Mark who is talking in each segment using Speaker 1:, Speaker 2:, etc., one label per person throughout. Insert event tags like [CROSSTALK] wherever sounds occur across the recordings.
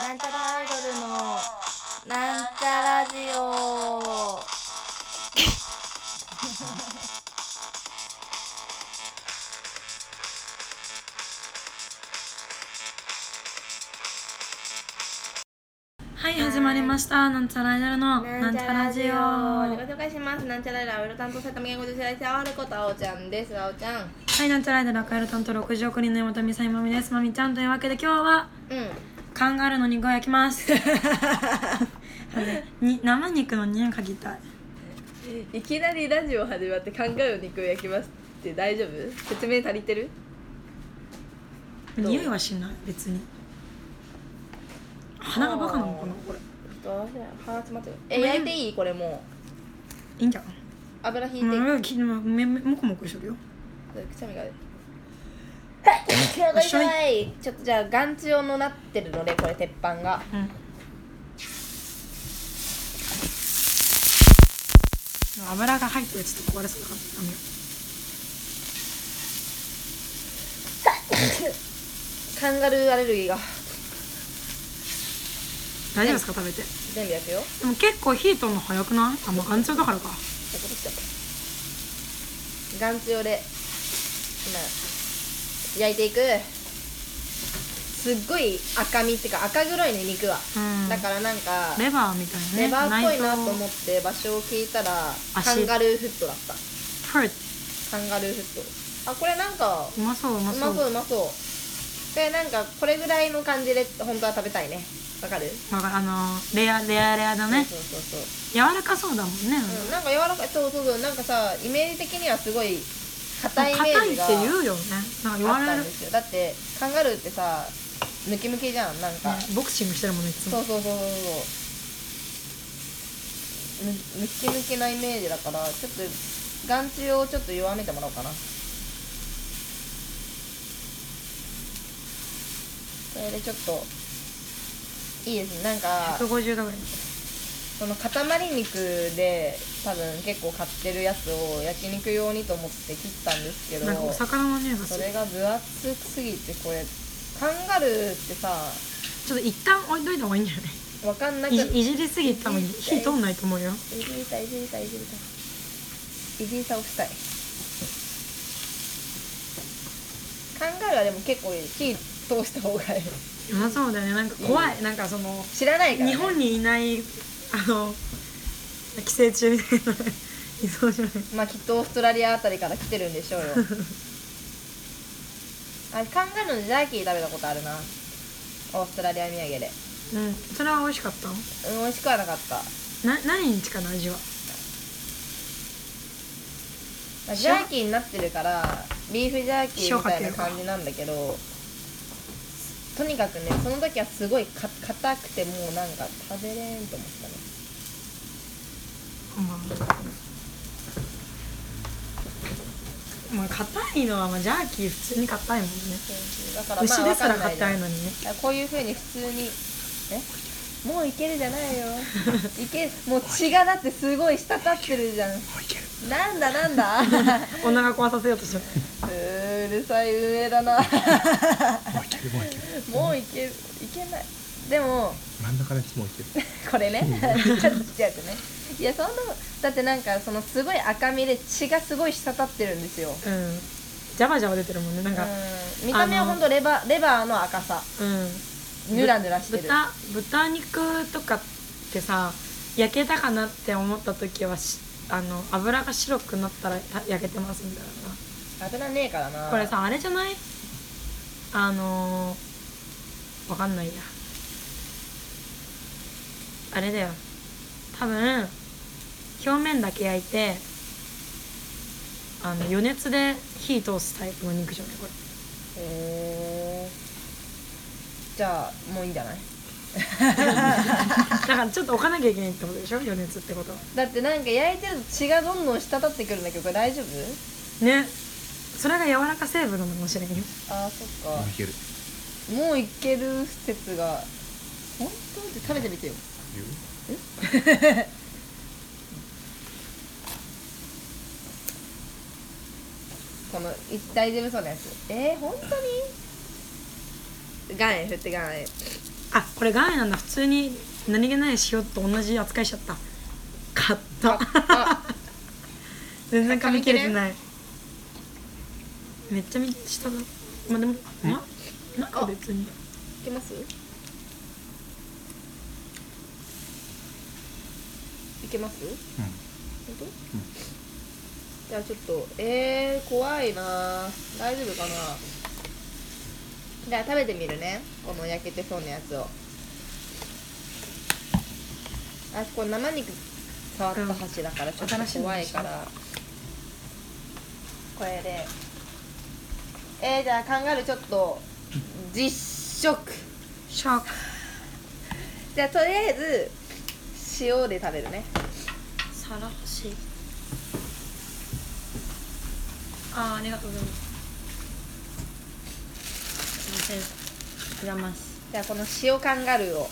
Speaker 1: なんちゃらアイドルのなんちゃラジオ
Speaker 2: はい、始まりました。なんちゃらアイドルのなんちゃらジ
Speaker 1: 自
Speaker 2: オ。
Speaker 1: 己紹介しますなんちゃらアイドルアイドル担当された無言語女子大生あおることあおちゃんですあおちゃん
Speaker 2: はい、なんちゃらアイドル赤色担当六十億人の山田美沙まみです。まみちゃんというわけで今日は
Speaker 1: うん
Speaker 2: カンガルーの肉を焼き [LAUGHS] ます。あれに生肉の匂い嗅ぎたい。
Speaker 1: いきなりラジオ始まって考えを肉を焼きますって大丈夫説明足りてるどう
Speaker 2: 匂いはしない別に。鼻がバカなのかなこれ。
Speaker 1: どうしよう鼻詰まってるえ焼いていいこれも
Speaker 2: いいんじゃん。
Speaker 1: う油引いて
Speaker 2: もうきもめめもこもこしてるよ。
Speaker 1: くしゃみが出る痛い痛いちょっとじゃあ眼中用のなってるのでこれ鉄板が
Speaker 2: うん。油が入ってちょっと壊れそうだからやめよ
Speaker 1: カンガルーアレルギーが
Speaker 2: う大丈夫ですか食べて。
Speaker 1: 全部焼くよ
Speaker 2: でも結構火通るの早くないあ、もう安中だからか。
Speaker 1: そういうことしちゃった眼中用で今焼いていくすっごい赤身っていうか赤黒いね肉は、
Speaker 2: うん
Speaker 1: だからなんか
Speaker 2: レバーみたいなね。
Speaker 1: レバーっぽいなと
Speaker 2: 内
Speaker 1: 思って場所を聞いたら
Speaker 2: 足
Speaker 1: カンガルーフットだった
Speaker 2: 臓フル
Speaker 1: カンガルーフットあこれなんか
Speaker 2: うまそう、う
Speaker 1: うま
Speaker 2: まそ。
Speaker 1: そうううまそうでなんかこれぐらいの感じで本当は食べたいねわかる
Speaker 2: だから、あのー、レア、レアレアだね。
Speaker 1: そうそうそう
Speaker 2: 柔らかそうだもんね。
Speaker 1: そう、うん、なんか柔らかいそうそうそうなんかさイメージ的にはすごい硬いイメ
Speaker 2: 硬
Speaker 1: ージ
Speaker 2: いっ
Speaker 1: が
Speaker 2: て言うよね。なん
Speaker 1: あっ
Speaker 2: か言
Speaker 1: た
Speaker 2: われ
Speaker 1: ん
Speaker 2: る
Speaker 1: で。すよだってカンガルーってさムキムキじゃんなんか、
Speaker 2: ボクシングしてるもんね、いつ
Speaker 1: そ
Speaker 2: も。
Speaker 1: うそうそうそうむムキムキなイメージだからちょっと眼中をちょっと弱めてもらおうかなそれでちょっといいですねなんか
Speaker 2: 150度ぐらい。
Speaker 1: その塊肉で多分結構買ってるやつを焼肉用にと思って切ったんですけど
Speaker 2: なんかお魚の匂いがす
Speaker 1: そ
Speaker 2: る。
Speaker 1: れが分厚すぎてこれカンガルーってさ
Speaker 2: ちょっと一旦置いといた方がいいんじゃない
Speaker 1: わかんなく
Speaker 2: いじいじりすぎたもん火通んないと思うよ。
Speaker 1: いじりたいじりたいじりたいいじりたをしたいカンガルーはでも結構火通した方がいいう
Speaker 2: まそうだよね。なんか怖い。なんかその、
Speaker 1: 知らないから、ね、
Speaker 2: 日本にいない、あの、寄生虫みたいなのがいそうじゃない
Speaker 1: まあきっとオーストラリアあたりから来てるんでしょうよあカンガルーのジャーキー食べたことあるなオーストラリア土産で、
Speaker 2: うん、それは美味しかったの
Speaker 1: うん、美味しくはなかった
Speaker 2: な何日かの味は
Speaker 1: まあジャーキーになってるからビーフジャーキーみたいな
Speaker 2: 塩かけるか
Speaker 1: 感じなんだけどとにかくねその時はすごいか硬くてもうなんか食べれんと思ったね
Speaker 2: まあまあ硬いのはまあジャーキー普通に硬いもんね
Speaker 1: だからまあ
Speaker 2: 牛
Speaker 1: わ
Speaker 2: です
Speaker 1: からんないじ
Speaker 2: 硬
Speaker 1: ゃん
Speaker 2: いのにね
Speaker 1: だからこういうふうに普通にえもういけるじゃ
Speaker 2: [LAUGHS]
Speaker 1: ないよいけもう血がだってすごい滴ってるじゃんなんだなんだ
Speaker 2: [LAUGHS]
Speaker 1: う
Speaker 2: お腹壊させようとしてる
Speaker 1: ーうるさい運営だなもういけるいけないでも
Speaker 3: 真ん中の人もいける。
Speaker 1: これねちょっとちっちゃくねいやそんなだってなんかそのすごい赤身で血がすごい滴ってるんですよ、
Speaker 2: うんジャバジャバ出てるもんねなんか
Speaker 1: うん、見た目は
Speaker 2: あの
Speaker 1: ほんとレバレバーの赤さ
Speaker 2: うん
Speaker 1: ぬらぬらしてる
Speaker 2: 豚豚肉とかってさ焼けたかなって思った時はしあの油が白くなったらた焼けてますみたいな
Speaker 1: 油ねえからな
Speaker 2: これさあれじゃないあのー、わかんないやあれだよ多分表面だけ焼いてあの余熱で火通すタイプの肉じゃないこれ
Speaker 1: へえじゃあもういいんじゃない
Speaker 2: だからちょっと置かなきゃいけないってことでしょ余熱ってことは
Speaker 1: だってなんか焼いてると血がどんどん滴ってくるんだけどこれ大丈夫
Speaker 2: ねそれが柔らか成分なのかもしれんよ
Speaker 1: あーそっか
Speaker 3: もういける。
Speaker 1: もういける説が本当って食べてみてよ
Speaker 3: 言う
Speaker 1: このい大丈夫そうなやつえー、本当に岩塩振って岩塩
Speaker 2: ああこれ岩塩なんだ普通に何気ない塩と同じ扱いしちゃった買った
Speaker 1: あ
Speaker 2: 全然噛み切れてないめっちゃみ下だまあでもななんか別に
Speaker 1: いけますいけます本当、じゃあちょっとえー、怖いなー大丈夫かなじゃあ食べてみるねこの焼けてそうなやつをあこれ生肉触った箸だからちょっと怖いから、これでえー、じゃあカンガルーちょっと実食
Speaker 2: シャーク
Speaker 1: じゃあとりあえず塩で食べるね
Speaker 2: 皿欲しいあーありがとうございますすいませんお邪魔します
Speaker 1: じゃあこの塩カンガルーを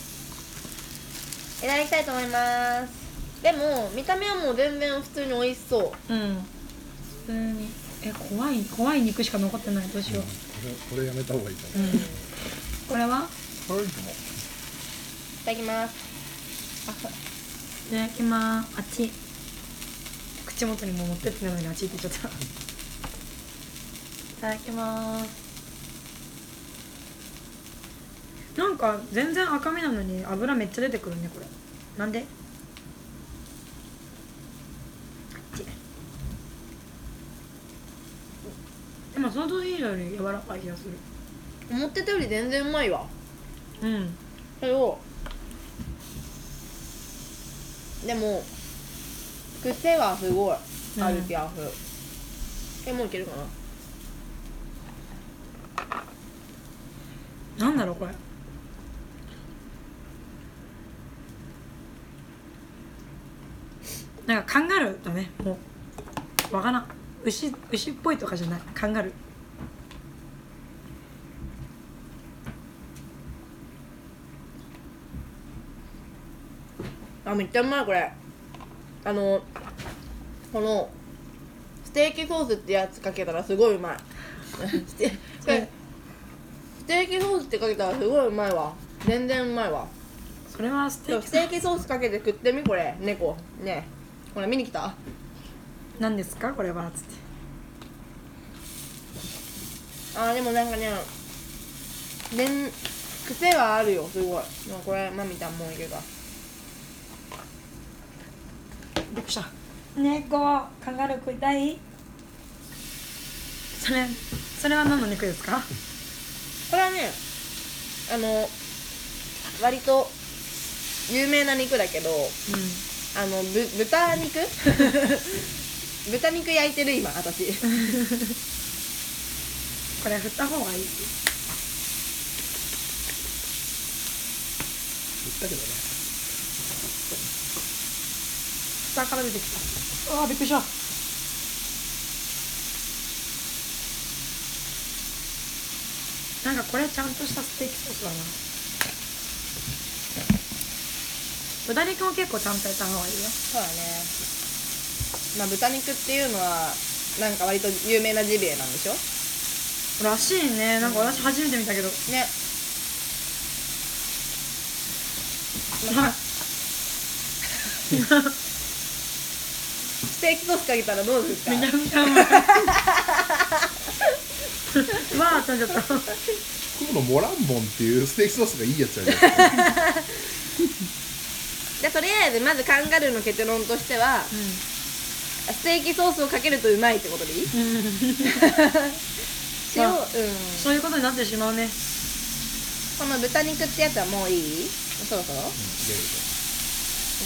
Speaker 1: いただきたいと思いますでも見た目はもう全然普通に美味しそう
Speaker 2: うん普通にえ怖い怖い肉しか残ってないどうしよう、
Speaker 3: これこれやめた方がいいと
Speaker 2: う
Speaker 3: 思
Speaker 2: ん、これは
Speaker 3: う。はい、でも
Speaker 1: いただきますあ
Speaker 2: いただきまーすあっち口元にもう持ってってないのにあっちって言っちゃったいただきまーすなんか全然赤身なのに脂めっちゃ出てくるねこれなんであっちでも想像以上に柔らかい気がする
Speaker 1: 思ってたより全然うまいわ
Speaker 2: うん
Speaker 1: けどでも癖はすごいある気がする、えもういけるかな
Speaker 2: なんだろうこれなんかカンガルーだねもうわからん牛牛っぽいとかじゃないカンガルー
Speaker 1: あめっちゃうまいこれあのこのステーキソースってやつかけたらすごいうまいステこれステーキソースってかけたらすごいうまいわ全然うまいわ
Speaker 2: それはス
Speaker 1: で
Speaker 2: テ
Speaker 1: も
Speaker 2: ー
Speaker 1: ス
Speaker 2: キ
Speaker 1: テーキソースかけて食ってみこれ猫ねえほら見に来た
Speaker 2: なんですかこれはつって
Speaker 1: あーでもなんかねでん癖はあるよすごいでもこれマミちゃんもういけるか
Speaker 2: びっくりした猫カンガルー食いたいそれそれは何の肉です [LAUGHS] か
Speaker 1: これはねあの割と有名な肉だけど
Speaker 2: う
Speaker 1: あのぶ豚肉豚肉焼いてる今私
Speaker 2: んこれ振った方がいい
Speaker 3: 言ったけどね。
Speaker 2: 下から出てきたああびっくりしたなんかこれちゃんとしたステーキソースだな豚肉も結構ちゃんとやった方がいいよ
Speaker 1: そうだねまあ豚肉っていうのはなんか割と有名なジビエなんでしょ
Speaker 2: らしいねなんか私初めて見たけど、
Speaker 1: ね
Speaker 2: はい
Speaker 1: ステーキソースかけたらどうですか
Speaker 2: めちゃめちゃうまいわーってなっちゃった
Speaker 3: このモランボンっていうステーキソースがいいやつやね。
Speaker 1: じゃあとりあえずまずカンガルーの結論としてはステーキソースをかけるとうまいってことでいい塩う
Speaker 2: ま
Speaker 1: ん
Speaker 2: あそういうことになってしまうね
Speaker 1: この豚肉ってやつはもういいそろそろい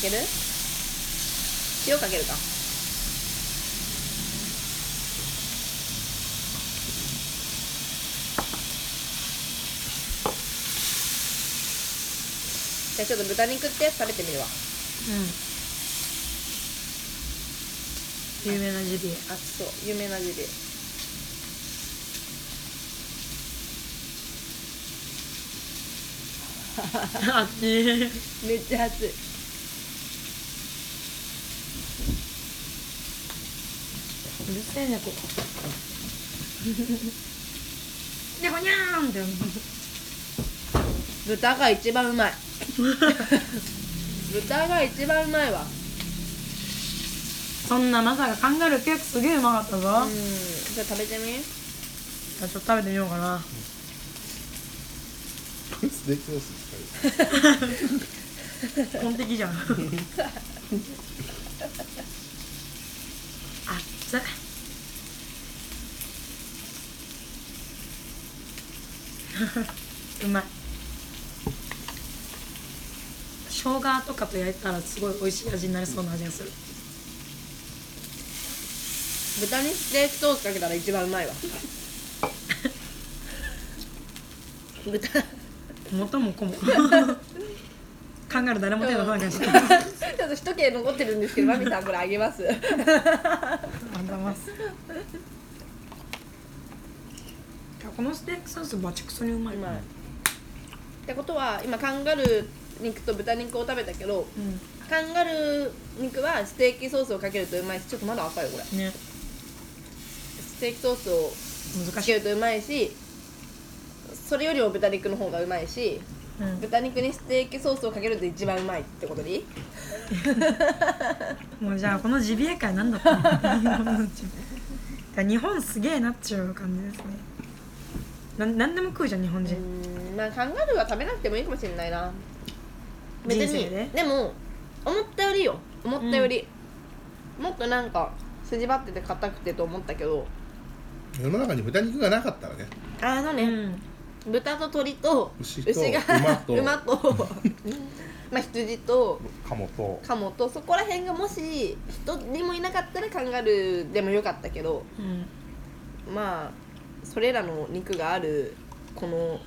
Speaker 1: ける塩かけるかじゃあちょっと豚肉ってやつ食べてみるわ
Speaker 2: 有名なジビエ
Speaker 1: あそう有名なジビエ
Speaker 2: あっち
Speaker 1: めっちゃ熱い
Speaker 2: うるせえ [LAUGHS] 猫猫にゃーんって
Speaker 1: 豚が一番うまい [LAUGHS] 豚が一番うまいわ
Speaker 2: そんなまさかカンガルーケーキすげえうまかったぞ、
Speaker 1: うんじゃあ食べてみ
Speaker 2: ちょっと食べてみようかな
Speaker 3: ステーキソース使う
Speaker 2: 本的じゃんあっついふふ [LAUGHS] うまい生姜とかと焼いたらすごい美味しい味になりそうな味がする
Speaker 1: 豚にステーキソースかけたら一番うまいわ豚 [LAUGHS]
Speaker 2: 元も子もカンガルー誰も手出さなきゃしない
Speaker 1: ちょっと一切残ってるんですけど、マミさんこれあげます。
Speaker 2: ありがとうございます。このステーキソースバチクソにうまい。
Speaker 1: 今。ってことは、今カンガルー肉と豚肉を食べたけど、
Speaker 2: う
Speaker 1: カンガルー肉はステーキソースをかけるとうまいし、ちょっとまだ赤いよこれ。
Speaker 2: ん。ね。
Speaker 1: ステーキソースをか
Speaker 2: 難し
Speaker 1: け
Speaker 2: い。
Speaker 1: るとうまいし、それよりも豚肉の方がうまいし、
Speaker 2: うん。
Speaker 1: 豚肉にステーキソースをかけると一番うまいってことでいい
Speaker 2: もうじゃあこのジビエ界なんだったの日 [LAUGHS] 本のジビエ日本すげえなっちゅう感じですね。なんなんでも食うじゃん日本
Speaker 1: う
Speaker 2: 人。
Speaker 1: ーんまあカンガルーは食べなくてもいいかもしれないな別
Speaker 2: 人
Speaker 1: に
Speaker 2: 生で
Speaker 1: でも思ったよりよ思ったより、もっとなんか筋張ってて硬くてと思ったけど
Speaker 3: 世の中に豚肉がなかったらね
Speaker 1: ああの
Speaker 2: う
Speaker 1: ね、
Speaker 2: ん。
Speaker 1: 豚と鳥と
Speaker 3: 牛と
Speaker 1: が
Speaker 3: 馬と
Speaker 1: 馬と [LAUGHS] まあ羊と
Speaker 3: 鴨と
Speaker 1: カモとそこら辺がもし人にもいなかったらカンガルーでもよかったけど
Speaker 2: うん。
Speaker 1: まあそれらの肉があるこの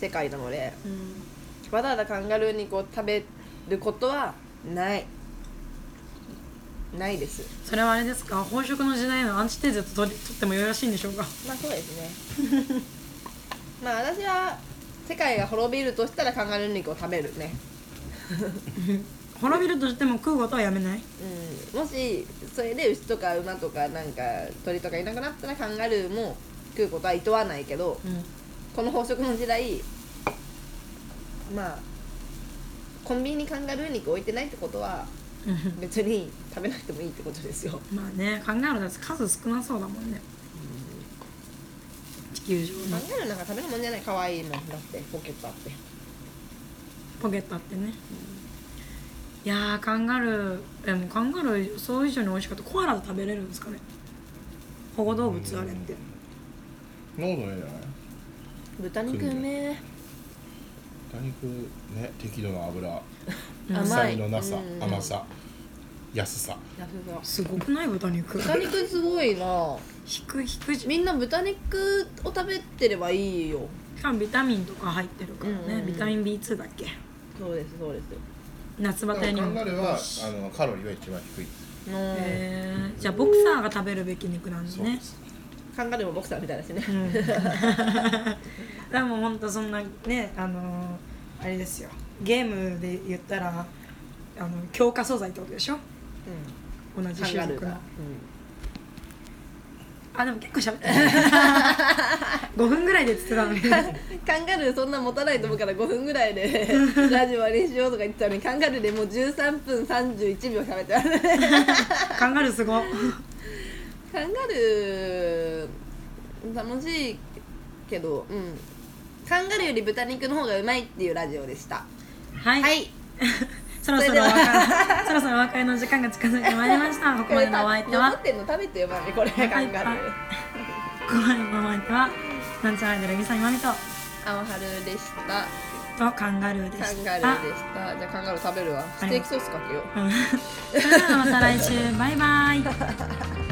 Speaker 1: 世界なので、
Speaker 2: うん。
Speaker 1: わざわざカンガルー肉を食べることはないないです
Speaker 2: それはあれですか。飽食の時代のアンチテーゼと取り取ってもよろしいんでしょうか。
Speaker 1: まあそうですねまあ私は世界が滅びるとしたらカンガルー肉を食べるね、
Speaker 2: 滅びるとしても食うことはやめない。
Speaker 1: うん、もしそれで牛とか馬とかなんか鳥とかいなくなったらカンガルーも食うことはいとわないけど
Speaker 2: うん。
Speaker 1: この飽食の時代まあコンビニにカンガルー肉置いてないってことは別に食べなくてもいいってことですよ
Speaker 2: まあね、考えると数少なそうだもんね。地球上
Speaker 1: 考
Speaker 2: の
Speaker 1: えるなんか食べるもんじゃない可愛いもんだってポケットあって
Speaker 2: ポケットあってね。いやーカンガルーでもカンガルー予想以上に美味しかったコアラ食べれるんですかね保護動物あれって
Speaker 3: 濃度ねえじゃない
Speaker 1: 豚肉うめえ
Speaker 3: 豚肉ね適度な油
Speaker 2: うん
Speaker 1: 甘い
Speaker 3: 臭みのなさ
Speaker 1: うん
Speaker 3: 甘さ安さ
Speaker 2: すごくない豚肉
Speaker 1: 豚肉すごいな
Speaker 2: 低く低いし
Speaker 1: みんな豚肉を食べてればいいよ
Speaker 2: かもビタミンとか入ってるからね、
Speaker 1: うんうん
Speaker 2: ビタミン B2 だっけ
Speaker 1: そうですそうです
Speaker 2: 夏バ
Speaker 3: カ
Speaker 2: テにも
Speaker 3: ンガルーは
Speaker 2: 効くし
Speaker 3: あのカロリーは一番低い
Speaker 1: の
Speaker 2: へーじゃあボクサーが食べるべき肉なんで
Speaker 3: そう
Speaker 2: ね
Speaker 3: です
Speaker 1: カンガルーもボクサーみたいだしね、
Speaker 2: うん [LAUGHS] でも本当そんなねあのーあれですよゲームで言ったらあの強化素材ってことでしょ同じ
Speaker 1: カンガ
Speaker 2: 種
Speaker 1: ルー
Speaker 2: 族
Speaker 1: が
Speaker 2: の、あでも結構喋って5分ぐらいでって言ってたのに
Speaker 1: うんカンガルーそんな持たないと思うから5分ぐらい [LAUGHS] でラジオは練習ようとか言ってたのにカンガルーでもう13分31秒喋ってある
Speaker 2: カンガルーすごい
Speaker 1: カンガルー楽しいけどうんカンガルーより豚肉の方がうまいっていうラジオでした
Speaker 2: はい、
Speaker 1: はい
Speaker 2: そろそろお別れそろそろお別れの時間が近づいてまいりましたここまでのお相手は
Speaker 1: 残ってんの食べてよマミこれカンガルー
Speaker 2: ここまでのお相手はなんちゃらアイドルみさみまみと
Speaker 1: 青春でした
Speaker 2: とカンガルーで
Speaker 1: カ
Speaker 2: し
Speaker 1: ン
Speaker 2: た
Speaker 1: ガルーでしたじゃあカンガルー食べるわステーキソースかけよう
Speaker 2: うんそれではまた来週バイバイ